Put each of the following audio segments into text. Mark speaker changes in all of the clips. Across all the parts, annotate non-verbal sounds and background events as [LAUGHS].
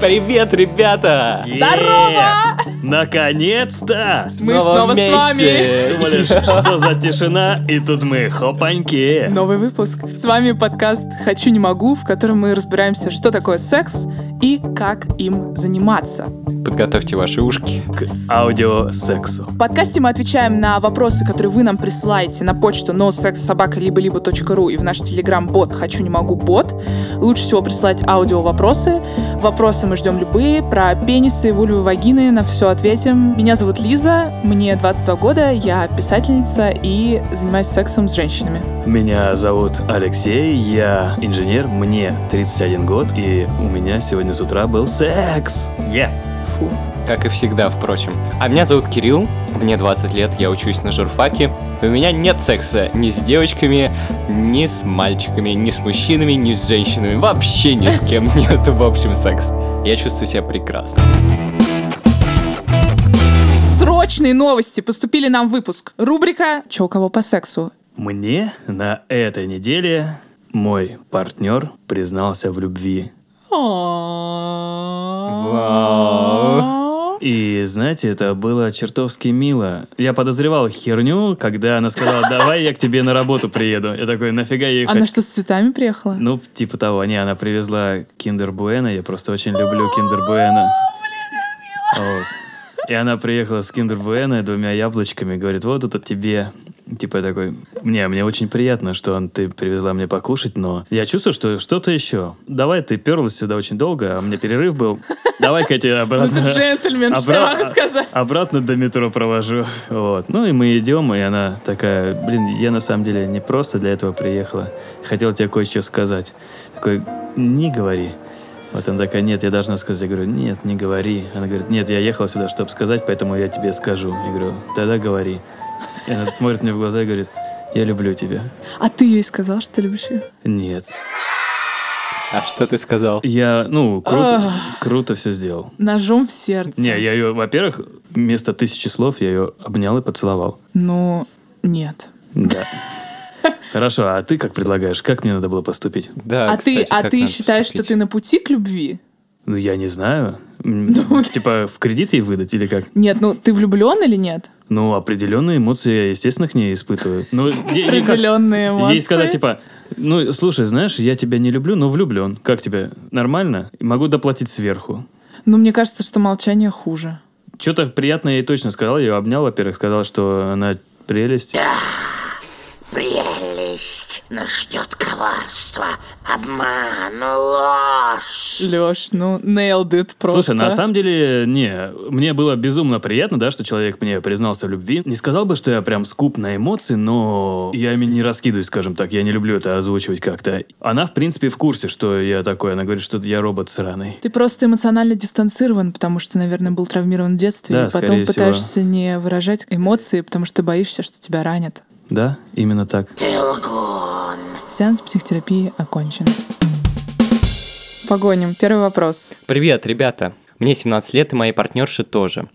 Speaker 1: Привет, ребята!
Speaker 2: Здорово!
Speaker 3: Наконец-то!
Speaker 2: Мы снова с
Speaker 1: вместе!
Speaker 3: Думали, что за тишина, и тут мы хопаньки.
Speaker 2: Новый выпуск. С вами подкаст «Хочу, не могу», в котором мы разбираемся, что такое секс и как им заниматься.
Speaker 4: Подготовьте ваши ушки.
Speaker 3: К аудиосексу.
Speaker 2: В подкасте мы отвечаем на вопросы, которые вы нам присылаете на почту nosexsobaka.либо-либо.ру и в наш телеграм-бот «Хочу, не могу, бот». Лучше всего присылать аудио-вопросы. Вопросы мы ждем любые. Про пенисы, вульвы, вагины. На все ответим. Меня зовут Лиза, мне 22 года, я писательница и занимаюсь сексом с женщинами.
Speaker 3: Меня зовут Алексей, я инженер, мне 31 год, и у меня сегодня с утра был секс. Е!
Speaker 2: Фу.
Speaker 4: Как и всегда, впрочем. А меня зовут Кирилл, мне 20 лет, я учусь на журфаке. И у меня нет секса ни с девочками, ни с мальчиками, ни с мужчинами, ни с женщинами. Вообще ни с кем нет, в общем, секс. Я чувствую себя прекрасно.
Speaker 2: Срочные новости поступили нам в выпуск. Рубрика «Чё у кого по сексу?».
Speaker 3: Мне на этой неделе мой партнер признался в любви.
Speaker 2: А. Вау.
Speaker 3: И знаете, это было чертовски мило. Я подозревал херню, когда она сказала, давай я к тебе на работу приеду. Я такой, нафига я ехать?
Speaker 2: Она что, с цветами приехала?
Speaker 3: Ну, типа того. Не, она привезла Киндер Буэна. Я просто очень люблю Киндер Буэна. Вот. И она приехала с Киндер Буэна и двумя яблочками. Говорит, вот это тебе. Типа я такой, не, мне очень приятно, что он- ты привезла мне покушать, но я чувствую, что что-то еще. Давай, ты перлась сюда очень долго, а у меня перерыв был. Давай-ка я тебя
Speaker 2: Ну
Speaker 3: [LAUGHS] обратно.
Speaker 2: ты джентльмен, что я
Speaker 3: Обра- а,
Speaker 2: могу сказать?
Speaker 3: Обратно до метро провожу. Вот. Ну и мы идем, и она такая, блин, я на самом деле не просто для этого приехала. Хотел тебе кое-что сказать. Такой, не говори. Вот она такая, нет, я должна сказать. Я говорю, нет, не говори. Она говорит, нет, я ехала сюда, чтобы сказать, поэтому я тебе скажу. Я говорю, тогда говори. И она смотрит мне в глаза и говорит, я люблю тебя.
Speaker 2: А ты ей сказал, что ты любишь ее?
Speaker 3: Нет.
Speaker 4: А что ты сказал?
Speaker 3: Я, ну, круто,
Speaker 2: Ах.
Speaker 3: круто все сделал.
Speaker 2: Ножом в сердце.
Speaker 3: Не, я ее, во-первых, вместо тысячи слов я ее обнял и поцеловал.
Speaker 2: Ну, нет.
Speaker 3: Да. Хорошо, а ты как предлагаешь? Как мне надо было поступить?
Speaker 4: Да,
Speaker 2: А ты,
Speaker 4: кстати,
Speaker 2: а
Speaker 4: как
Speaker 2: ты
Speaker 4: надо
Speaker 2: считаешь,
Speaker 4: поступить?
Speaker 2: что ты на пути к любви?
Speaker 3: Ну, я не знаю. М,
Speaker 2: Ну,
Speaker 3: Типа, в кредит ей выдать или как?
Speaker 2: Нет, ну ты влюблен или нет?
Speaker 3: Ну, определенные эмоции я, естественно, к ней испытываю. Ну, ей- ей как-
Speaker 2: Определенные эмоции.
Speaker 3: Ей сказать, типа, ну, слушай, знаешь, я тебя не люблю, но влюблен. Как тебе? Нормально? Могу доплатить сверху.
Speaker 2: Ну, мне кажется, что молчание хуже.
Speaker 3: Что-то приятное я ей точно сказал. Я ее обнял, во-первых, сказал, что она прелесть.
Speaker 5: Прелесть, но ждет коварство, обман, ложь.
Speaker 2: Леш, ну, nailed it просто.
Speaker 3: Слушай, на самом деле, не, мне было безумно приятно, да, что человек мне признался в любви. Не сказал бы, что я прям скуп на эмоции, но я ими не раскидываюсь, скажем так. Я не люблю это озвучивать как-то. Она, в принципе, в курсе, что я такой. Она говорит, что я робот сраный.
Speaker 2: Ты просто эмоционально дистанцирован, потому что, наверное, был травмирован в детстве,
Speaker 3: Да,
Speaker 2: и потом
Speaker 3: скорее всего.
Speaker 2: пытаешься не выражать эмоции, потому что боишься, что тебя ранят.
Speaker 3: Да, именно так.
Speaker 5: Ты лгун.
Speaker 2: Сеанс психотерапии окончен. Погоним. Первый вопрос.
Speaker 4: Привет, ребята. Мне 17 лет и моей партнерши тоже.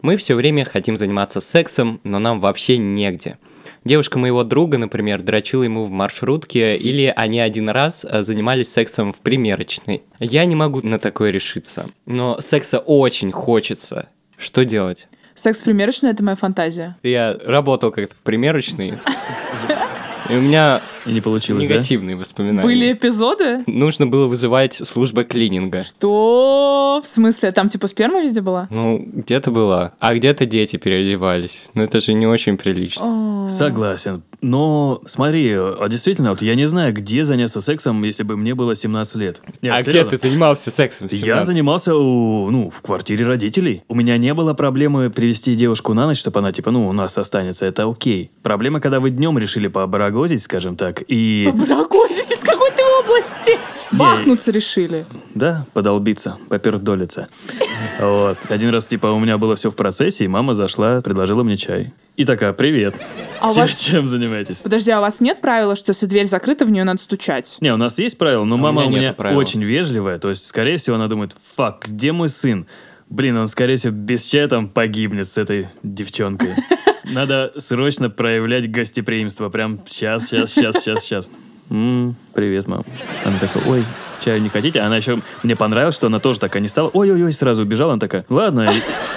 Speaker 4: Мы все время хотим заниматься сексом, но нам вообще негде. Девушка моего друга, например, дрочила ему в маршрутке, или они один раз э, занимались сексом в примерочной. Я не могу на такое решиться, но секса очень хочется. Что делать?
Speaker 2: Секс примерочный — это моя фантазия.
Speaker 4: Я работал как-то в примерочной, и у меня
Speaker 3: И не получилось, да?
Speaker 4: негативные воспоминания.
Speaker 2: Были эпизоды?
Speaker 4: Нужно было вызывать службы клининга.
Speaker 2: То в смысле, там типа сперма везде была?
Speaker 4: Ну, где-то была, а где-то дети переодевались. Ну, это же не очень прилично.
Speaker 2: О,
Speaker 3: Согласен. Но смотри, а действительно, вот я не знаю, где заняться сексом, если бы мне было 17 лет. Не,
Speaker 4: а
Speaker 3: серьезно.
Speaker 4: где ты занимался сексом? в 17?
Speaker 3: Я занимался, у- ну, в квартире родителей. У меня не было проблемы привести девушку на ночь, чтобы она, типа, ну, у нас останется, это окей. Проблема, когда вы днем решили побарагозить, скажем так, и...
Speaker 2: Побрагозить из какой ты области? Бахнуться решили.
Speaker 3: Да, подолбиться, попердолиться. Вот. Один раз, типа, у меня было все в процессе, и мама зашла, предложила мне чай. И такая, привет.
Speaker 2: А у
Speaker 3: Чем-
Speaker 2: вас-
Speaker 3: Чем занимаетесь?
Speaker 2: Подожди, а у вас нет правила, что если дверь закрыта, в нее надо стучать?
Speaker 3: Не, у нас
Speaker 2: А
Speaker 3: есть правила, но мама у
Speaker 4: меня
Speaker 3: меня
Speaker 4: нету правил.
Speaker 3: очень вежливая. То есть, скорее всего, она думает, фак, где мой сын? Блин, он, скорее всего, без чатом погибнет с этой
Speaker 2: [LAUGHS]
Speaker 3: девчонкой. Надо срочно проявлять гостеприимство. Прям сейчас, сейчас, сейчас, сейчас, сейчас. М, привет, мам. Она такая, ой, чаю не хотите? Она еще, мне понравилось, что она тоже такая не стала. Ой-ой-ой, сразу убежала. Она такая, ладно,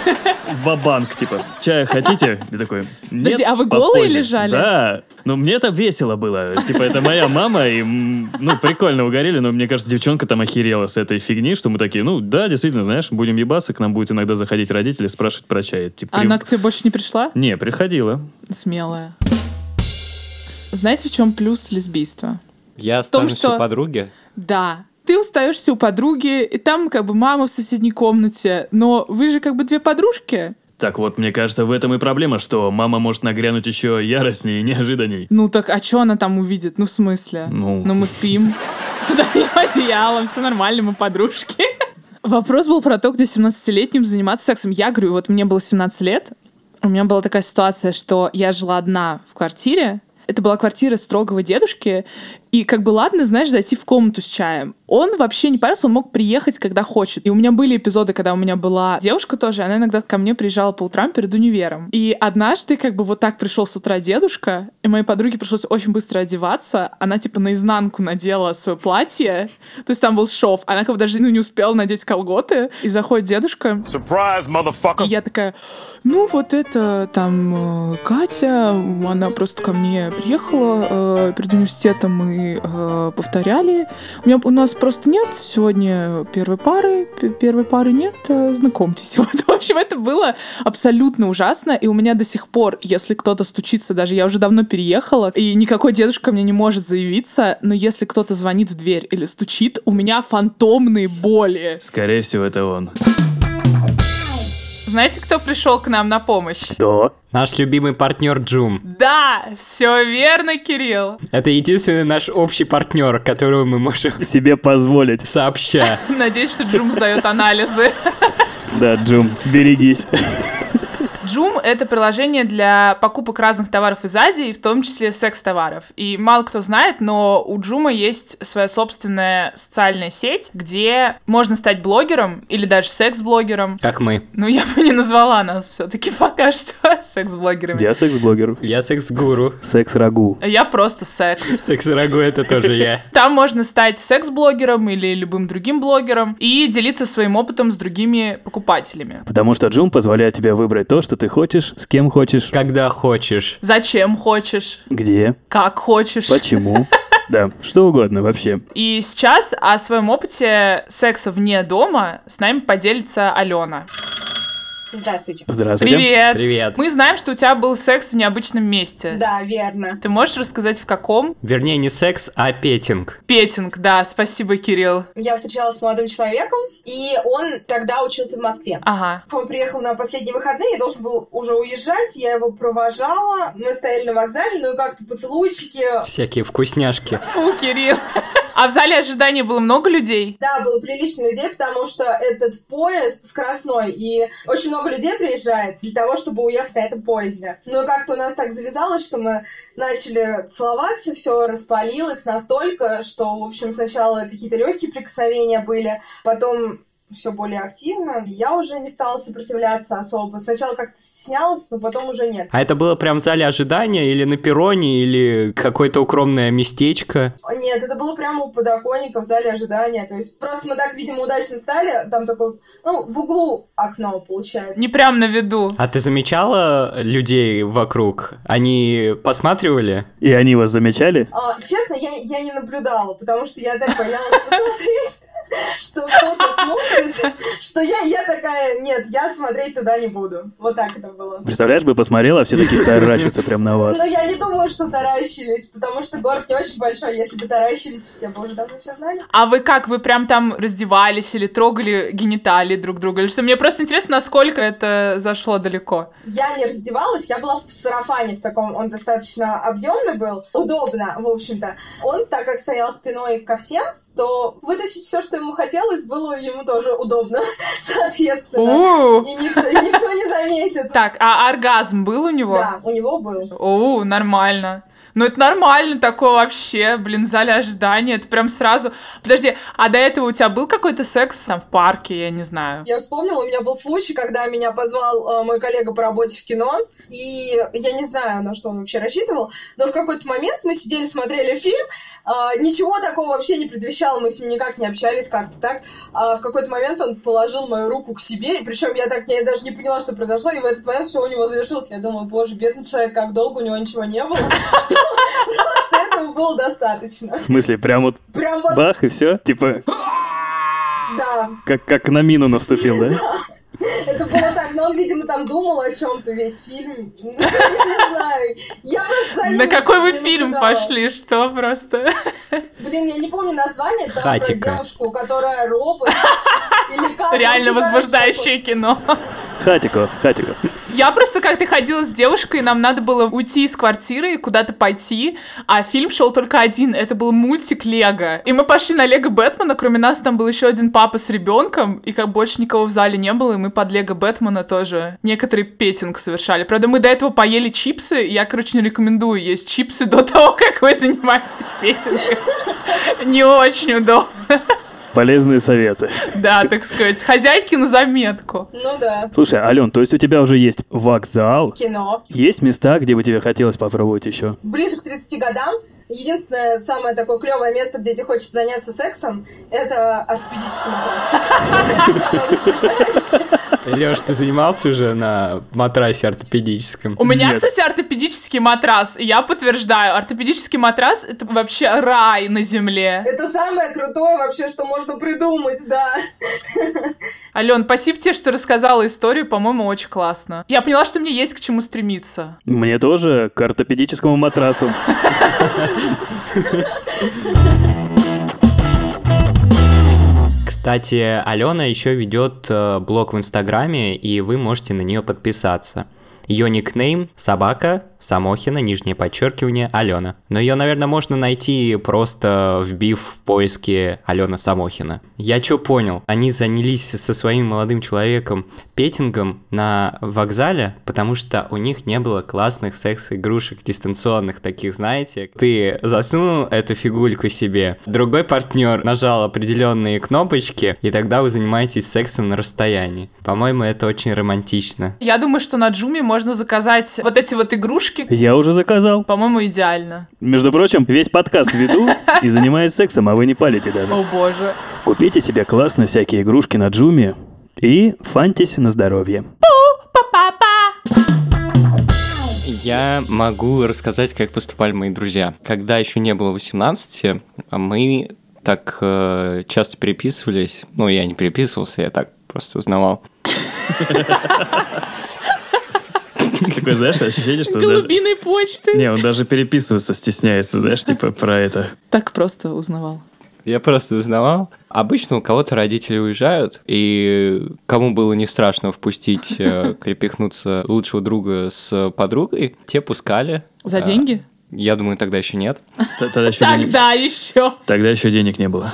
Speaker 2: [LAUGHS]
Speaker 3: ва-банк, типа, чая хотите? И такой, нет,
Speaker 2: Подожди, а вы
Speaker 3: попозже».
Speaker 2: голые лежали?
Speaker 3: Да. Ну, мне это весело было. Типа, это моя мама, и, м, ну, прикольно угорели, но мне кажется, девчонка там охерела с этой фигни, что мы такие, ну, да, действительно, знаешь, будем ебаться, к нам будут иногда заходить родители, спрашивать про чай. Типа,
Speaker 2: Она
Speaker 3: прим-
Speaker 2: к тебе больше не пришла?
Speaker 3: Не, приходила.
Speaker 2: Смелая. Знаете, в чем плюс лесбийства?
Speaker 4: Я
Speaker 2: том,
Speaker 4: останусь
Speaker 2: что-
Speaker 4: у подруги.
Speaker 2: Да. Ты устаешься у подруги, и там как бы мама в соседней комнате, но вы же как бы две подружки.
Speaker 3: Так вот, мне кажется, в этом и проблема, что мама может нагрянуть еще яростнее и неожиданней.
Speaker 2: Ну так, а что она там увидит? Ну в смысле?
Speaker 3: Ну.
Speaker 2: мы спим. [LAUGHS] Подаем одеялом, все нормально, мы подружки. [LAUGHS] Вопрос был про то, где 17-летним заниматься сексом. Я говорю, вот мне было 17 лет, у меня была такая ситуация, что я жила одна в квартире, это была квартира строгого дедушки, и как бы ладно, знаешь, зайти в комнату с чаем. Он вообще не парился, он мог приехать, когда хочет. И у меня были эпизоды, когда у меня была девушка тоже, она иногда ко мне приезжала по утрам перед универом. И однажды как бы вот так пришел с утра дедушка, и моей подруге пришлось очень быстро одеваться, она типа наизнанку надела свое платье, то есть там был шов, она как бы даже ну, не успела надеть колготы, и заходит дедушка,
Speaker 6: Surprise,
Speaker 2: и
Speaker 6: motherfucker!
Speaker 2: я такая, ну вот это там э, Катя, она просто ко мне приехала э, перед университетом, мы э, повторяли. У, меня, у нас просто нет сегодня первой пары, п- первой пары нет, э, знакомьтесь. [LAUGHS] Вот, в общем, это было абсолютно ужасно, и у меня до сих пор, если кто-то стучится, даже я уже давно переехала, и никакой дедушка мне не может заявиться, но если кто-то звонит в дверь или стучит, у меня фантомные боли.
Speaker 3: Скорее всего, это он.
Speaker 2: Знаете, кто пришел к нам на помощь?
Speaker 4: Наш любимый партнер Джум.
Speaker 2: Да, все верно, Кирилл.
Speaker 4: Это единственный наш общий партнер, которого мы можем [LAUGHS]
Speaker 7: Себе позволить.
Speaker 4: сообща.
Speaker 2: Надеюсь, что Джум сдает анализы.
Speaker 7: Да, Джум, берегись.
Speaker 2: Джум — это приложение для покупок разных товаров из Азии, в том числе секс-товаров. И мало кто знает, но у Джума есть своя собственная социальная сеть, где можно стать блогером или даже секс-блогером.
Speaker 4: Как мы.
Speaker 2: Ну, я бы не назвала нас все-таки пока что секс-блогерами.
Speaker 7: Я секс-блогер.
Speaker 4: Я секс-гуру.
Speaker 7: Секс-рагу.
Speaker 2: Я просто секс.
Speaker 4: Секс-рагу это тоже я.
Speaker 2: Там можно стать секс-блогером или любым другим блогером и делиться своим опытом с другими покупателями.
Speaker 7: Потому что Джум позволяет тебе выбрать то, что ты хочешь, с кем хочешь,
Speaker 4: Когда хочешь.
Speaker 2: Зачем хочешь,
Speaker 7: где,
Speaker 2: как хочешь.
Speaker 7: почему. [LAUGHS] Да, что угодно вообще.
Speaker 2: И сейчас о своем опыте секса вне дома с нами поделится Алена.
Speaker 8: Здравствуйте.
Speaker 7: Здравствуйте.
Speaker 2: Привет.
Speaker 4: Привет.
Speaker 2: Мы знаем, что у тебя был секс в необычном месте.
Speaker 8: Да, верно.
Speaker 2: Ты можешь рассказать, в каком?
Speaker 4: Вернее, не секс, а петинг.
Speaker 2: Петинг, да, спасибо, Кирилл.
Speaker 8: Я встречалась с молодым человеком, и он тогда учился в Москве.
Speaker 2: Ага.
Speaker 8: Он приехал на последние выходные, я должен был уже уезжать, я его провожала, мы стояли на вокзале, ну и как-то поцелуйчики.
Speaker 4: Всякие вкусняшки.
Speaker 2: Фу, Кирилл. А в зале ожидания было много людей?
Speaker 8: Да, было прилично людей, потому что этот поезд скоростной, и очень много людей приезжает для того, чтобы уехать на этом поезде. Ну и как-то у нас так завязалось, что мы начали целоваться, все распалилось настолько, что, в общем, сначала какие-то легкие прикосновения были, потом все более активно. Я уже не стала сопротивляться особо. Сначала как-то стеснялась, но потом уже нет.
Speaker 4: А это было прям в зале ожидания или на перроне, или какое-то укромное местечко.
Speaker 8: Нет, это было прямо у подоконника в зале ожидания. То есть просто мы так, видимо, удачно стали. Там такой, ну, в углу окно получается.
Speaker 2: Не прям на виду.
Speaker 4: А ты замечала людей вокруг? Они посматривали?
Speaker 7: И они вас замечали?
Speaker 8: А, честно, я, я не наблюдала, потому что я так боялась [LAUGHS] посмотреть, что кто-то смотрит, что я, я такая, нет, я смотреть туда не буду. Вот так это было.
Speaker 7: Представляешь, бы посмотрела, а все такие таращатся прям на вас.
Speaker 8: Но я не думаю, что таращились, потому что город не очень большой. Если бы таращились, все бы уже давно все знали.
Speaker 2: А вы как, вы прям там раздевались или трогали гениталии друг друга? Или что? Мне просто интересно, насколько это зашло далеко.
Speaker 8: Я не раздевалась, я была в сарафане в таком, он достаточно объемный был, удобно, в общем-то. Он, так как стоял спиной ко всем, то вытащить все, что ему хотелось, было ему тоже удобно, [LAUGHS] соответственно.
Speaker 2: У-у-у.
Speaker 8: И никто, и никто не заметит.
Speaker 2: Так, а оргазм был у него?
Speaker 8: Да, у него был.
Speaker 2: О, нормально. Ну, это нормально такое вообще, блин, в зале ожидания. Это прям сразу... Подожди, а до этого у тебя был какой-то секс там в парке, я не знаю?
Speaker 8: Я вспомнила, у меня был случай, когда меня позвал э, мой коллега по работе в кино, и я не знаю, на что он вообще рассчитывал, но в какой-то момент мы сидели, смотрели фильм, э, ничего такого вообще не предвещало, мы с ним никак не общались, как-то так. А в какой-то момент он положил мою руку к себе, и причем я так, я даже не поняла, что произошло, и в этот момент все у него завершилось. Я думаю, боже, бедный человек, как долго у него ничего не было, [LAUGHS] что просто этого было достаточно.
Speaker 7: В смысле, прям вот
Speaker 8: Прям вот,
Speaker 7: бах и все? Типа,
Speaker 8: да,
Speaker 7: как, как на мину наступил, да?
Speaker 8: Это было так, но он, видимо, там думал о чем-то весь фильм. Ну, я не знаю. Я просто за ним
Speaker 2: На какой вы
Speaker 8: не
Speaker 2: фильм
Speaker 8: наблюдала.
Speaker 2: пошли? Что просто?
Speaker 8: Блин, я не помню название, там про
Speaker 4: Хатико.
Speaker 8: девушку, которая
Speaker 2: [LAUGHS]
Speaker 8: робот. Или как
Speaker 2: Реально
Speaker 8: А, вообще хорошо.
Speaker 2: возбуждающее кино.
Speaker 7: Хатико, хатико.
Speaker 2: Я просто как-то ходила с девушкой, нам надо было уйти из квартиры и куда-то пойти, а фильм шел только один, это был мультик Лего. И мы пошли на Лего Бэтмена, кроме нас там был еще один папа с ребенком, и как больше никого в зале не было, и мы под Лего Бэтмена тоже некоторый петинг совершали. Правда, мы до этого поели чипсы, и я, короче, не рекомендую есть чипсы до того, как вы занимаетесь петингом. Не очень удобно, [LAUGHS]
Speaker 7: Полезные советы.
Speaker 2: да, так сказать. Хозяйки на заметку.
Speaker 8: Ну да,
Speaker 7: Слушай, Ален, то есть у тебя уже есть вокзал?
Speaker 8: кино.
Speaker 7: Есть места, где бы тебе хотелось попробовать еще?
Speaker 8: Ближе к 30 годам единственное самое такое клевое место, где тебе хочется заняться сексом, это ортопедический матрас. Самое
Speaker 2: [LAUGHS]
Speaker 8: возбуждающее.
Speaker 1: Леш, ты занимался уже на матрасе ортопедическом?
Speaker 2: У меня,
Speaker 7: Нет.
Speaker 2: кстати, ортопедический матрас, и я подтверждаю, ортопедический матрас — это вообще рай на земле.
Speaker 8: Это самое крутое вообще, что можно придумать, да.
Speaker 2: Ален, спасибо тебе, что рассказала историю, по-моему, очень классно. Я поняла, что мне есть к чему стремиться.
Speaker 7: Мне тоже к ортопедическому матрасу.
Speaker 4: Кстати, Алена еще ведет э, блог в Инстаграме, и вы можете на нее подписаться. Ее никнейм – собака Самохина, нижнее подчеркивание, Алена. Но ее, наверное, можно найти просто вбив в поиске Алена Самохина. Я что понял? Они занялись со своим молодым человеком петингом на вокзале, потому что у них не было классных секс-игрушек дистанционных таких, знаете. Ты засунул эту фигульку себе, другой партнер нажал определенные кнопочки, и тогда вы занимаетесь сексом на расстоянии. По-моему, это очень романтично.
Speaker 2: Я думаю, что на Джуме можно заказать вот эти вот игрушки.
Speaker 7: Я уже заказал.
Speaker 2: По-моему, идеально.
Speaker 7: Между прочим, весь подкаст веду и занимаюсь сексом, а вы не палите даже.
Speaker 2: О боже.
Speaker 7: Купите себе классно всякие игрушки на джуме и фантись на здоровье.
Speaker 2: Па-па-па.
Speaker 4: Я могу рассказать, как поступали мои друзья. Когда еще не было 18, мы так э, часто переписывались. Ну, я не переписывался, я так просто узнавал.
Speaker 3: Такое, знаешь, ощущение, что... даже-
Speaker 2: Голубиной почты.
Speaker 3: Не, он даже переписываться стесняется, знаешь, типа про это.
Speaker 2: Так просто узнавал.
Speaker 4: Я просто узнавал. Обычно у кого-то родители уезжают, и кому было не страшно впустить,
Speaker 2: [LAUGHS]
Speaker 4: э, крепихнуться лучшего друга с подругой, те пускали.
Speaker 2: За
Speaker 4: А,
Speaker 2: деньги?
Speaker 4: Я думаю, тогда еще нет.
Speaker 3: Т- Тогда еще, денег...
Speaker 2: Тогда еще.
Speaker 3: Тогда еще денег не было.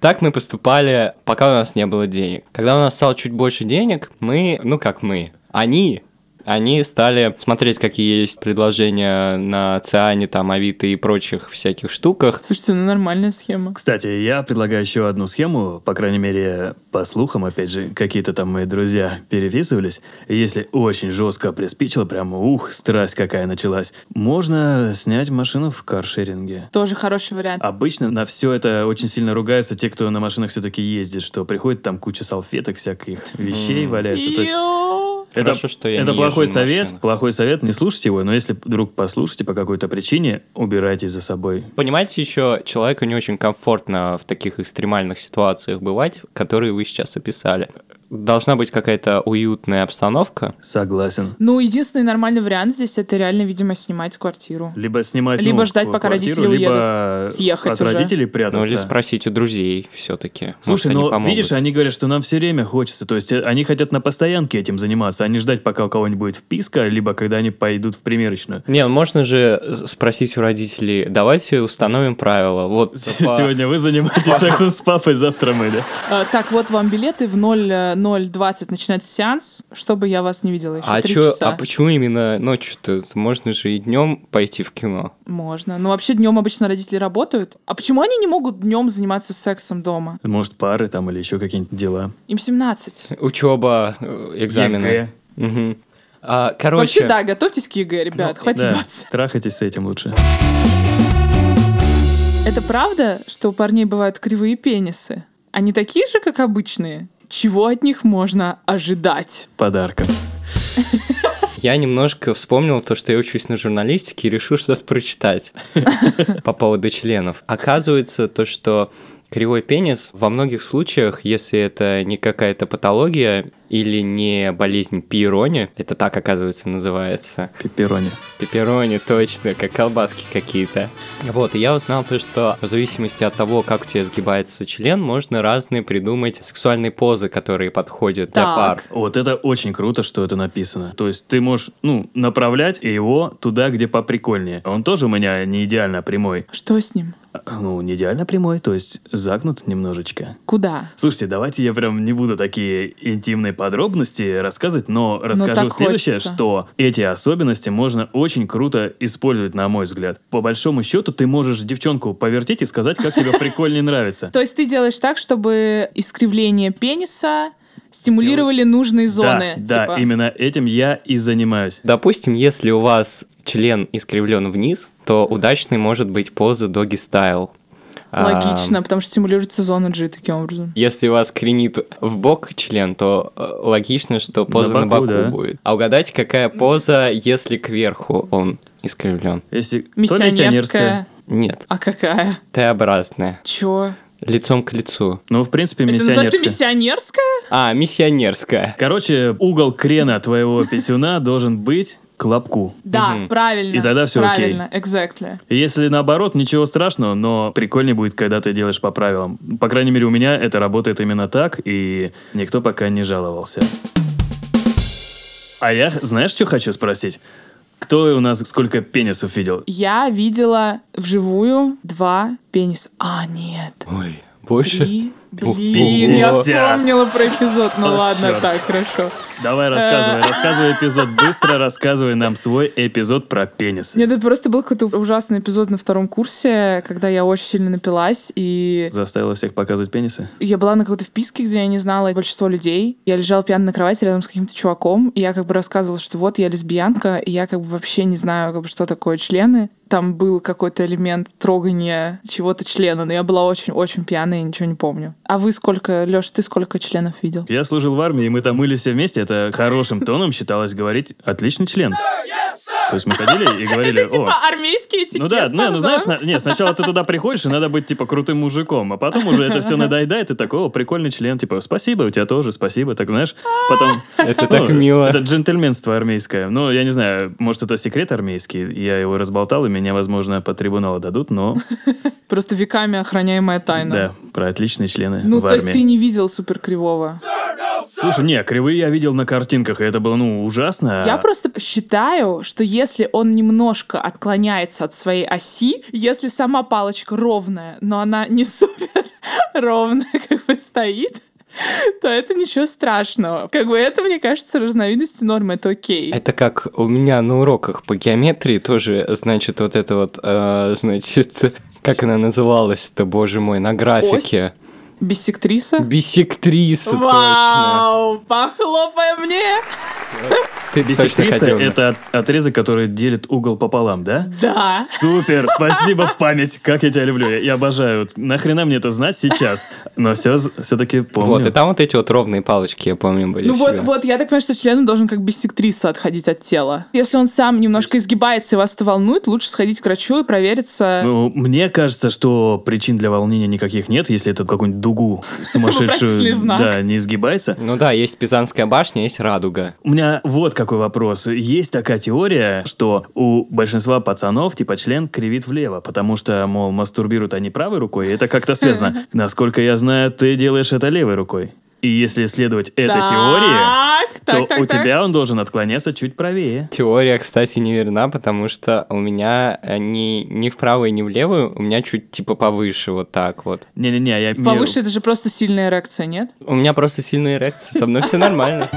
Speaker 4: Так мы поступали, пока у нас не было денег. Когда у нас стало чуть больше денег, мы, ну как мы, они, они стали смотреть, какие есть предложения на Циане, там, Авито и прочих всяких штуках.
Speaker 2: Слушайте, ну нормальная схема.
Speaker 3: Кстати, я предлагаю еще одну схему, по крайней мере, по слухам, опять же, какие-то там мои друзья переписывались. И Если очень жестко приспичило, прям ух, страсть какая началась, можно снять машину в каршеринге.
Speaker 2: Тоже хороший вариант.
Speaker 3: Обычно на все это очень сильно ругаются те, кто на машинах все-таки ездит, что приходит там куча салфеток всяких вещей валяется. То есть
Speaker 2: Йоу.
Speaker 3: это,
Speaker 4: Хорошо, что я
Speaker 3: это
Speaker 4: не
Speaker 3: плохой
Speaker 4: езжу на
Speaker 3: совет,
Speaker 4: машинах.
Speaker 3: плохой совет, не слушайте его, но если вдруг послушаете по какой-то причине, убирайте за собой.
Speaker 4: Понимаете, еще человеку не очень комфортно в таких экстремальных ситуациях бывать, которые вы сейчас описали. Должна быть какая-то уютная обстановка.
Speaker 3: Согласен.
Speaker 2: Ну, единственный нормальный вариант здесь это реально, видимо, снимать квартиру.
Speaker 3: Либо снимать,
Speaker 2: Либо
Speaker 3: ну,
Speaker 2: ждать,
Speaker 3: к-
Speaker 2: пока
Speaker 3: квартиру,
Speaker 2: родители
Speaker 3: либо
Speaker 2: уедут. Съехать
Speaker 3: от
Speaker 2: уже.
Speaker 3: родителей прятаться.
Speaker 4: Ну, или спросить у друзей все-таки. Может,
Speaker 3: Слушай,
Speaker 4: они
Speaker 3: ну
Speaker 4: помогут.
Speaker 3: видишь, они говорят, что нам все время хочется. То есть э, они хотят на постоянке этим заниматься, а не ждать, пока у кого-нибудь будет вписка, либо когда они пойдут в примерочную.
Speaker 4: Не, ну можно же э, спросить у родителей, давайте установим правила.
Speaker 2: [LAUGHS]
Speaker 4: Вот по-
Speaker 3: [LAUGHS] Сегодня вы занимаетесь сексом с папой, завтра мы, да?
Speaker 2: А, Так, вот вам билеты в 0, 0.20 начинается сеанс, чтобы я вас не видела еще
Speaker 4: А,
Speaker 2: три
Speaker 4: чё-
Speaker 2: часа.
Speaker 4: а почему именно ночью-то? Можно же и днем пойти в кино.
Speaker 2: Можно. Ну, вообще днем обычно родители работают. А почему они не могут днем заниматься сексом дома?
Speaker 3: Может, пары там или еще какие-нибудь дела.
Speaker 2: Им 17.
Speaker 4: Учеба, э, экзамены.
Speaker 3: ЕГЭ.
Speaker 4: Мгм. А, короче, Ну,
Speaker 2: Вообще, да, готовьтесь к ЕГЭ, ребят, хватит
Speaker 3: Да,
Speaker 2: баться.
Speaker 3: трахайтесь с этим лучше.
Speaker 2: Это правда, что у парней бывают кривые пенисы? Они такие же, как обычные? Чего от них можно ожидать?
Speaker 3: Подарков.
Speaker 4: я немножко вспомнил то, что я учусь на журналистике и решил что-то
Speaker 2: [LAUGHS]
Speaker 4: прочитать по поводу членов. Оказывается, то, что кривой пенис во многих случаях, если это не какая-то патология или не болезнь пирони, это так, оказывается, называется,
Speaker 3: Пепперони.
Speaker 4: Пепперони, точно, как колбаски какие-то. Вот, и я узнал то, что в зависимости от того, как у тебя сгибается член, можно разные придумать сексуальные позы, которые подходят для
Speaker 2: Так.
Speaker 4: пар.
Speaker 3: Вот это очень круто, что это написано. То есть ты можешь, ну, направлять его туда, где поприкольнее. Он тоже у меня не идеально прямой.
Speaker 2: Что с ним?
Speaker 3: А, Ну, не идеально прямой, то есть загнут немножечко.
Speaker 2: Куда?
Speaker 3: Слушайте, давайте я прям не буду такие интимные подробности рассказывать, но расскажу
Speaker 2: так
Speaker 3: следующее,
Speaker 2: хочется.
Speaker 3: что эти особенности можно очень круто использовать, на мой взгляд. По большому счету, ты можешь девчонку повертеть и сказать, как тебе прикольнее нравится.
Speaker 2: То есть ты делаешь так, чтобы искривление пениса стимулировали нужные [LAUGHS] зоны.
Speaker 3: Да, да,
Speaker 2: типа.
Speaker 3: именно этим я и занимаюсь.
Speaker 4: Допустим, если у вас член искривлен вниз, то удачной может быть поза доги стайл.
Speaker 2: Логично, потому что стимулируется зона G таким образом.
Speaker 4: Если у вас кренит в бок член, то э, логично, что поза на боку,
Speaker 3: боку, да.
Speaker 4: будет. А угадайте, какая поза, если кверху он искривлен?
Speaker 3: Если то
Speaker 2: Миссионерская.
Speaker 4: Нет,
Speaker 2: А какая?
Speaker 4: Т-образная,
Speaker 2: Чё?
Speaker 4: лицом к лицу.
Speaker 3: Ну, в принципе,
Speaker 2: Это называется
Speaker 3: миссионерская.
Speaker 2: миссионерская?
Speaker 4: А, миссионерская.
Speaker 3: Короче, угол крена твоего писюна должен быть к лобку.
Speaker 2: Да,
Speaker 4: Мгм.
Speaker 2: правильно.
Speaker 3: И тогда всё окей.
Speaker 2: Правильно, exactly.
Speaker 3: Если наоборот, ничего страшного, но прикольнее будет, когда ты делаешь по правилам. По крайней мере, у меня это работает именно так, и никто пока не жаловался. А я, знаешь, что хочу спросить? Кто у нас сколько пенисов видел?
Speaker 2: Я видела вживую два пениса. А, нет.
Speaker 4: Ой, больше?
Speaker 2: Три?
Speaker 4: Ух,
Speaker 2: Блин, я
Speaker 3: пятьдесят.
Speaker 2: вспомнила про эпизод. Ну
Speaker 3: О,
Speaker 2: ладно,
Speaker 3: чёрт.
Speaker 2: так, хорошо.
Speaker 3: Давай рассказывай, рассказывай эпизод. Быстро рассказывай нам свой эпизод про пенис.
Speaker 2: Нет, это просто был какой-то ужасный эпизод на втором курсе, когда я очень сильно напилась, и
Speaker 3: Заставила всех показывать пенисы?
Speaker 2: я была на какой-то вписке, где я не знала большинство людей. Я лежала пьяна на кровати рядом с каким-то чуваком, и я как бы рассказывала, что вот я лесбиянка, и я как бы вообще не знаю, как бы, что такое члены. Там был какой-то элемент трогания чего-то члена, но я была очень-очень пьяная и ничего не помню. А вы сколько, Лёш, ты сколько членов видел?
Speaker 3: Я служил в армии, и мы там мылись все вместе. Это хорошим тоном считалось говорить «отличный член». То есть мы ходили и говорили «О,
Speaker 2: армейские
Speaker 3: ну да, ну, ну знаешь, на- не, сначала ты туда приходишь, и надо быть, типа, крутым мужиком, а потом уже это все надоедает, и такой, о, прикольный член, типа, спасибо, у тебя тоже, спасибо, так, знаешь, потом...
Speaker 4: [LAUGHS] Это
Speaker 3: ну,
Speaker 4: так мило.
Speaker 3: Это джентльменство армейское. Ну, я не знаю, может, это секрет армейский, я его разболтал, и меня, возможно, по трибуналу дадут,
Speaker 2: [LAUGHS]
Speaker 3: но,
Speaker 2: Просто веками охраняемая тайна.
Speaker 3: да, про отличные члены
Speaker 2: Ну,
Speaker 3: в
Speaker 2: то есть ты
Speaker 3: армии.
Speaker 2: не видел супер кривого.
Speaker 3: Слушай, не, кривые я видел на картинках, и это было, ну, ужасно.
Speaker 2: Я просто считаю, что если он немножко отклоняется от своей оси, если сама палочка ровная, но она не [LAUGHS] супер ровная, как бы стоит, то это ничего страшного. Как бы это, мне кажется, разновидностью нормы, это окей.
Speaker 4: Это как у меня на уроках по геометрии тоже, значит, вот это вот, э, значит, [LAUGHS] как она называлась-то, боже мой, на графике.
Speaker 2: Биссектриса?
Speaker 4: Бисектриса, точно.
Speaker 2: Вау! Похлопай мне!
Speaker 4: Ты точно
Speaker 3: Биссектриса
Speaker 4: хотел.
Speaker 3: это от- отрезок, который делит угол пополам, да?
Speaker 2: Да!
Speaker 3: Супер, спасибо, память, как я тебя люблю, я, я обожаю. Вот Нахрена мне это знать сейчас? Но все, все-таки помню.
Speaker 4: Вот, и там вот эти вот ровные палочки, я помню, были.
Speaker 2: Ну вот,
Speaker 4: всегда.
Speaker 2: вот, я так понимаю, что член должен как биссектриса отходить от тела. Если он сам немножко изгибается и вас это волнует, лучше сходить к врачу и провериться.
Speaker 3: Ну, мне кажется, что причин для волнения никаких нет, если это какую-нибудь дугу
Speaker 2: Вопросительный
Speaker 3: сумасшедшую
Speaker 2: знак.
Speaker 3: да, не изгибается.
Speaker 4: Ну да, есть Пизанская башня, есть радуга.
Speaker 3: У меня вот какой вопрос. Есть такая теория, что у большинства пацанов типа член кривит влево, потому что, мол, мастурбируют они правой рукой, и это как-то связано. Насколько я знаю, ты делаешь это левой рукой. И если следовать этой
Speaker 2: Так,
Speaker 3: теории,
Speaker 2: так,
Speaker 3: то
Speaker 2: так,
Speaker 3: у
Speaker 2: так.
Speaker 3: тебя он должен отклоняться чуть правее.
Speaker 4: Теория, кстати, не верна, потому что у меня э, ни, ни вправо и ни влево, у меня чуть типа повыше, вот так вот.
Speaker 3: Не-не-не, я меру.
Speaker 2: Повыше это же просто сильная эрекция, нет?
Speaker 4: У меня просто сильная эрекция, со мной все
Speaker 2: [LAUGHS]
Speaker 4: нормально.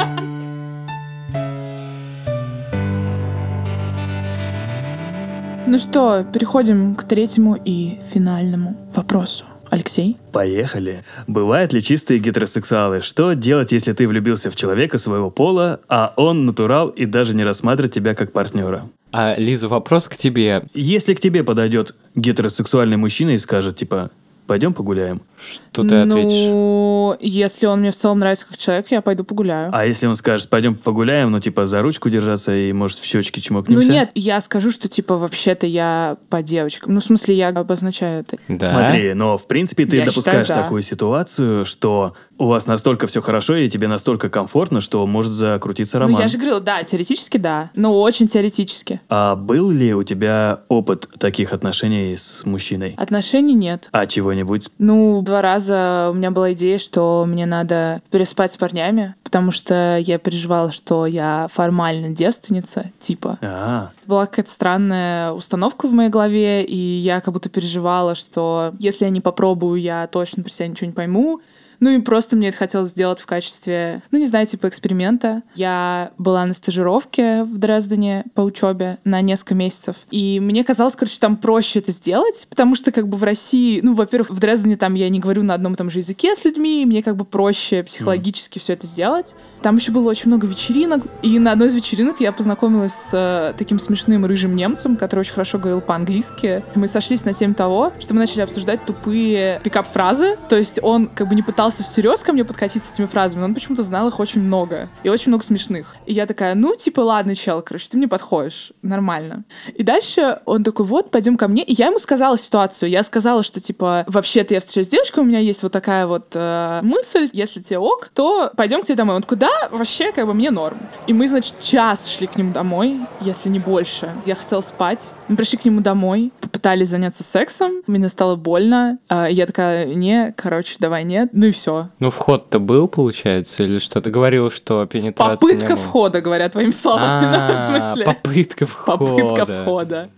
Speaker 2: Ну что, переходим к третьему и финальному вопросу. Алексей?
Speaker 3: Поехали. Бывают ли чистые гетеросексуалы? Что делать, если ты влюбился в человека своего пола, а он натурал и даже не рассматривает тебя как партнера?
Speaker 4: А, Лиза, вопрос к тебе.
Speaker 3: Если к тебе подойдет гетеросексуальный мужчина и скажет, типа, пойдем погуляем.
Speaker 4: Что ты ответишь?
Speaker 2: Ну, если он мне в целом нравится как человек, я пойду погуляю.
Speaker 3: А если он скажет, пойдем погуляем, ну, типа, за ручку держаться и, может, в щечки
Speaker 2: ну
Speaker 3: чмокнемся?
Speaker 2: нет, я скажу, что типа вообще-то я по девочкам. Ну, в смысле, я обозначаю это.
Speaker 4: Да.
Speaker 3: Смотри, но в принципе ты
Speaker 2: Я
Speaker 3: допускаешь
Speaker 2: считаю, да.
Speaker 3: такую ситуацию, что у вас настолько все хорошо и тебе настолько комфортно, что может закрутиться роман.
Speaker 2: Ну, я же говорила, да, теоретически да, но очень теоретически.
Speaker 3: А был ли у тебя опыт таких отношений с мужчиной?
Speaker 2: Отношений нет.
Speaker 3: А чего-нибудь?
Speaker 2: Ну, два раза у меня была идея, что мне надо переспать с парнями, потому что я переживала, что я формально девственница, типа.
Speaker 3: А,
Speaker 2: Была какая-то странная установка в моей голове, и я как будто переживала, что если я не попробую, я точно про себя ничего не пойму. Ну и просто мне это хотелось сделать в качестве, ну не знаю, типа эксперимента. Я была на стажировке в Дрездене по учебе на несколько месяцев. И мне казалось, короче, там проще это сделать, потому что как бы в России, ну, во-первых, в Дрездене там я не говорю на одном и том же языке с людьми, и мне как бы проще психологически все это сделать. Там еще было очень много вечеринок, и на одной из вечеринок я познакомилась с э, таким смешным рыжим немцем, который очень хорошо говорил по-английски. Мы сошлись на теме того, что мы начали обсуждать тупые пикап-фразы. То есть он как бы не пытался всерьез ко мне подкатиться с этими фразами, но он почему-то знал их очень много. И очень много смешных. И я такая, ну, типа, ладно, чел, короче, ты мне подходишь. Нормально. И дальше он такой, вот, пойдем ко мне. И я ему сказала ситуацию. Я сказала, что, типа, вообще-то я встречаюсь с девочкой, у меня есть вот такая вот э, мысль, если тебе ок, то пойдем к тебе домой. Он такой, да, вообще, как бы, мне норм. И мы, значит, час шли к нему домой, если не больше. Я хотела спать. Мы пришли к нему домой, попытались заняться сексом, мне стало больно. А я такая, не, короче, давай нет. Ну и все.
Speaker 4: Ну, вход-то был, получается, или что? Ты говорил, что пенетрация
Speaker 2: Попытка
Speaker 4: не было.
Speaker 2: входа, [LAUGHS] говоря твоими словами, [LAUGHS]
Speaker 4: А,
Speaker 2: в смысле.
Speaker 4: Попытка входа.
Speaker 2: Попытка входа.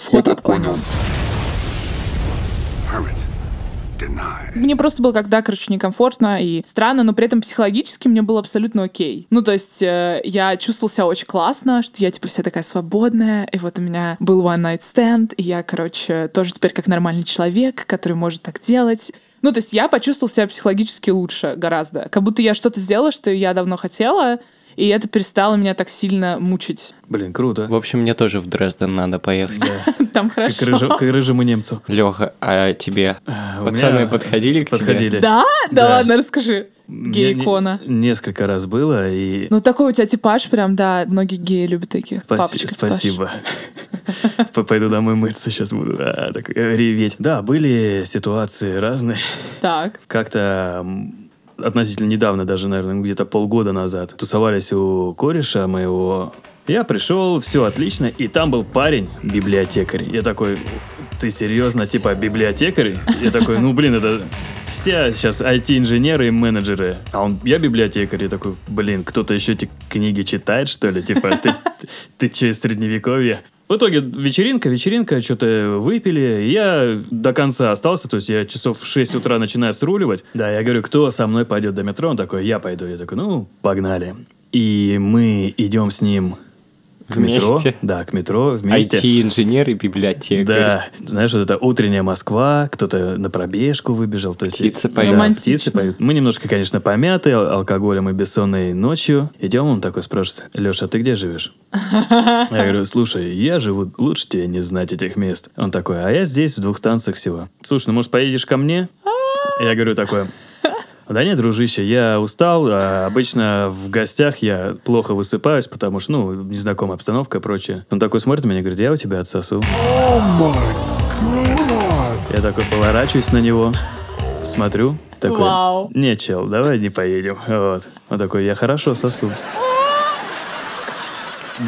Speaker 6: Вход отклонен.
Speaker 5: Hermit denied.
Speaker 2: Мне просто было когда, короче, некомфортно и странно, но при этом психологически мне было абсолютно окей. Ну, то есть э, я чувствовала себя очень классно, что я, типа, вся такая свободная, и вот у меня был one night stand, и я, короче, тоже теперь как нормальный человек, который может так делать. Ну, то есть я почувствовала себя психологически лучше гораздо. Как будто я что-то сделала, что я давно хотела, и это перестало меня так сильно мучить. [LAUGHS]
Speaker 3: блин, круто.
Speaker 4: В общем, мне тоже в Дрезден надо поехать.
Speaker 2: Там
Speaker 3: Как, рыжи-
Speaker 2: хорошо.
Speaker 3: как рыжему немцу.
Speaker 4: Леха, а тебе?
Speaker 2: Э,
Speaker 3: А, у
Speaker 4: Пацаны
Speaker 3: меня-
Speaker 4: подходили к тебе?
Speaker 3: Подходили.
Speaker 2: Да?
Speaker 3: Да.
Speaker 2: Да ладно, расскажи.
Speaker 3: Мне
Speaker 2: Гей-икона.
Speaker 3: не- Несколько раз было, и...
Speaker 2: Ну, такой у тебя типаж, прям, да, многие геи любят таких.
Speaker 3: Спаси-
Speaker 2: Папочка типаж.
Speaker 3: спасибо. [LAUGHS] П- Пойду домой мыться, сейчас буду а, так, э, реветь. Да, были ситуации разные.
Speaker 2: Так.
Speaker 3: Как-то м, относительно недавно, даже, наверное, где-то полгода назад, тусовались у кореша моего. Я пришел, все отлично, и там был парень, библиотекарь. Я такой, ты серьезно, типа, библиотекарь? Я такой, ну, блин, это все сейчас IT-инженеры и менеджеры. А он, я библиотекарь. Я такой, блин, кто-то еще эти книги читает, что ли? Типа, ты, ты че из средневековья? В итоге вечеринка, вечеринка, что-то выпили. Я до конца остался, то есть я часов в 6 утра начинаю сруливать. Да, я говорю, кто со мной пойдет до метро? Он такой, я пойду. Я такой, ну, погнали. И мы идем с ним к метро.
Speaker 4: Вместе?
Speaker 3: Да, к метро вместе.
Speaker 4: IT-инженер и библиотекарь.
Speaker 3: Да, знаешь, вот это утренняя Москва, кто-то на пробежку выбежал. То есть,
Speaker 4: Птицы
Speaker 3: Да,
Speaker 4: поют.
Speaker 2: Романтично.
Speaker 3: птицы поют. Мы немножко, конечно, помяты ал- алкоголем и бессонной ночью. Идем, он такой спрашивает, Леша, ты где [LAUGHS] живешь? Я говорю, слушай, я живу, лучше тебе не знать этих мест. Он такой, а я здесь в двух станциях всего. Слушай, ну может поедешь ко мне? Я говорю такое, да нет, дружище, я устал. а обычно в гостях я плохо высыпаюсь, потому что, ну, незнакомая обстановка и прочее. Он такой смотрит на меня и говорит, я у тебя отсосу. Я такой поворачиваюсь на него, смотрю, такой,
Speaker 2: Вау.
Speaker 3: не, чел, давай не поедем. Вот. Он такой, я хорошо сосу.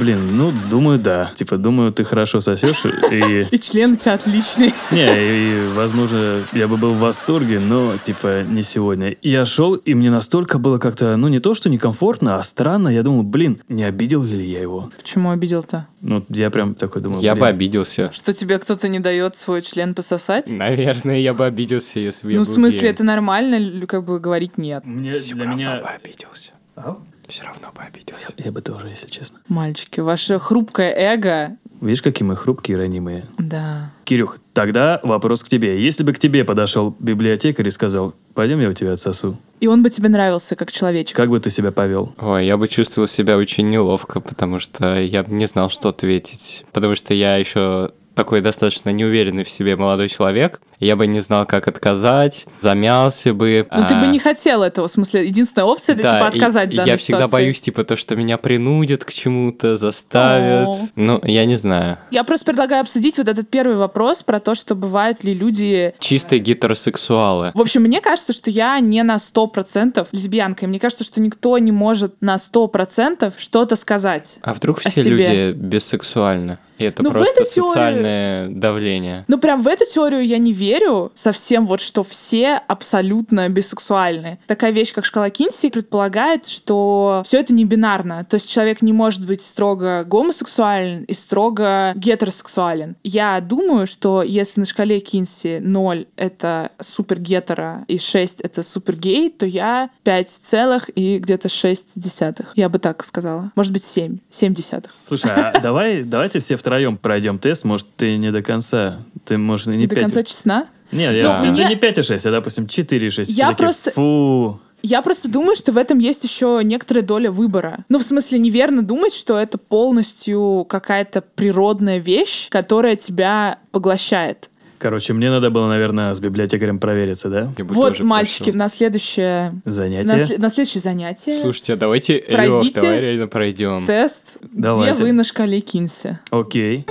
Speaker 3: Блин, ну, думаю, да. Типа, думаю, ты хорошо сосешь, и...
Speaker 2: И член у тебя отличный.
Speaker 3: Не, и, и, возможно, я бы был в восторге, но, типа, не сегодня. Я шел, и мне настолько было как-то, ну, не то, что некомфортно, а странно. Я думал, блин, не обидел ли я его?
Speaker 2: [LAUGHS] Почему обидел-то?
Speaker 3: Ну, я прям такой думал,
Speaker 4: Я
Speaker 3: блин.
Speaker 4: бы обиделся.
Speaker 2: Что тебе кто-то не дает свой член пососать?
Speaker 4: Наверное, я бы обиделся, если бы я
Speaker 2: ну, в
Speaker 4: был
Speaker 2: смысле,
Speaker 4: геем.
Speaker 2: это нормально, л- как бы говорить нет.
Speaker 3: Мне,
Speaker 5: Все
Speaker 3: для
Speaker 5: равно
Speaker 3: меня...
Speaker 5: бы обиделся.
Speaker 3: А?
Speaker 5: Все равно бы обиделся.
Speaker 3: Я бы тоже, если честно.
Speaker 2: Мальчики, ваше хрупкое эго,
Speaker 3: Видишь, какие мы хрупкие и ранимые.
Speaker 2: да.
Speaker 3: Кирюх, тогда вопрос к тебе. Если бы к тебе подошел библиотекарь и сказал, пойдем я у тебя отсосу,
Speaker 2: И он бы тебе нравился как человечек.
Speaker 3: как бы ты себя повел?
Speaker 4: Ой, я бы чувствовал себя очень неловко, потому что я бы не знал, что ответить. Потому что я еще такой достаточно неуверенный в себе молодой человек. Я бы не знал, как отказать, замялся бы.
Speaker 2: Ну, ты бы
Speaker 4: А,
Speaker 2: не хотел этого, в смысле, единственная опция, это
Speaker 4: да,
Speaker 2: типа
Speaker 4: и
Speaker 2: отказать в
Speaker 4: Я
Speaker 2: данной
Speaker 4: всегда
Speaker 2: ситуации.
Speaker 4: боюсь, типа, то, что меня принудят к чему-то, заставят.
Speaker 2: О.
Speaker 4: Ну, я не знаю.
Speaker 2: Я просто предлагаю обсудить вот этот первый вопрос про то, что бывают ли люди...
Speaker 4: Чистые гетеросексуалы.
Speaker 2: В общем, мне кажется, что я не на 100% лесбиянка, и мне кажется, что никто не может на 100% что-то сказать.
Speaker 4: А вдруг
Speaker 2: О
Speaker 4: все
Speaker 2: себе.
Speaker 4: люди бессексуальны? И это
Speaker 2: Ну, в
Speaker 4: просто
Speaker 2: этой теории-
Speaker 4: социальное давление.
Speaker 2: Ну, прям в эту теорию я не верю совсем вот, что все абсолютно бисексуальны. Такая вещь, как шкала Кинси, предполагает, что все это не бинарно. То есть человек не может быть строго гомосексуален и строго гетеросексуален. Я думаю, что если на шкале Кинси 0 — это супер гетера и 6 — это супер гей, то я 5 целых и где-то 6 десятых. Я бы так сказала. Может быть, 7. 7 десятых.
Speaker 3: Слушай, [LAUGHS] а давай, давайте все втроем пройдем тест. Может, ты не до конца. Ты, может, и не
Speaker 2: Не до
Speaker 3: пять-
Speaker 2: конца честна?
Speaker 3: Нет, я,
Speaker 2: Ну,
Speaker 3: ты
Speaker 2: мне-
Speaker 3: не 5 и 6, а, допустим, 4 и 6.
Speaker 2: Я просто-
Speaker 3: Фу.
Speaker 2: Я просто думаю, что в этом есть еще некоторая доля выбора. Ну, в смысле, неверно думать, что это полностью какая-то природная вещь, которая тебя поглощает.
Speaker 3: Короче, мне надо было, наверное, с библиотекарем провериться, да?
Speaker 4: Я бы
Speaker 2: вот,
Speaker 4: тоже
Speaker 2: мальчики,
Speaker 4: пошел.
Speaker 2: на следующее...
Speaker 3: Занятие.
Speaker 2: На, сле- на следующее занятие
Speaker 4: Слушайте, а давайте, Лёх,
Speaker 2: Пройдите.
Speaker 4: давай реально пройдем.
Speaker 2: тест,
Speaker 3: Давайте.
Speaker 2: где вы на шкале Кинси.
Speaker 3: Окей.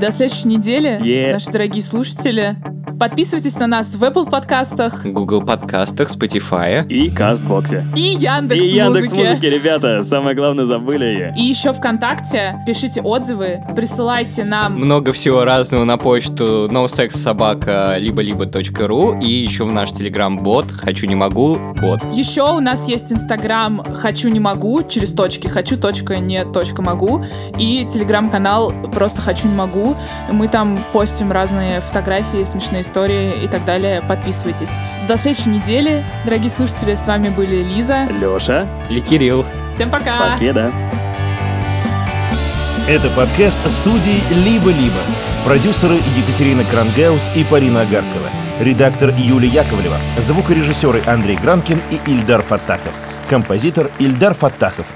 Speaker 2: До следующей недели,
Speaker 3: Е.
Speaker 2: наши дорогие слушатели. Подписывайтесь на нас в Apple подкастах
Speaker 4: Google подкастах, Spotify.
Speaker 7: И кастбоксе.
Speaker 2: и Яндекс
Speaker 7: и Яндекс музыки, ребята, самое главное забыли. её.
Speaker 2: И еще ВКонтакте. Пишите отзывы, присылайте нам
Speaker 4: Много всего разного на почту nosexsobaka либо либо ру и еще в наш телеграм-бот «Хочу, не могу» бот.
Speaker 2: Еще у нас есть Инстаграм «Хочу, не могу» через точки «Хочу, точка, не, точка, могу» и Телеграм-канал «Просто хочу, не могу». Мы там постим разные фотографии, смешные истории и так далее. Подписывайтесь. До следующей недели. Дорогие слушатели, с вами были Лиза.
Speaker 7: Лёша,
Speaker 4: Ли Кирилл.
Speaker 2: Всем пока!
Speaker 7: покеда.
Speaker 6: Это подкаст студии «Либо-либо». Продюсеры Екатерина Крангаус и Полина Агаркова. Редактор Юлия Яковлева. Звукорежиссеры Андрей Гранкин и Ильдар Фаттахов. Композитор Ильдар Фаттахов.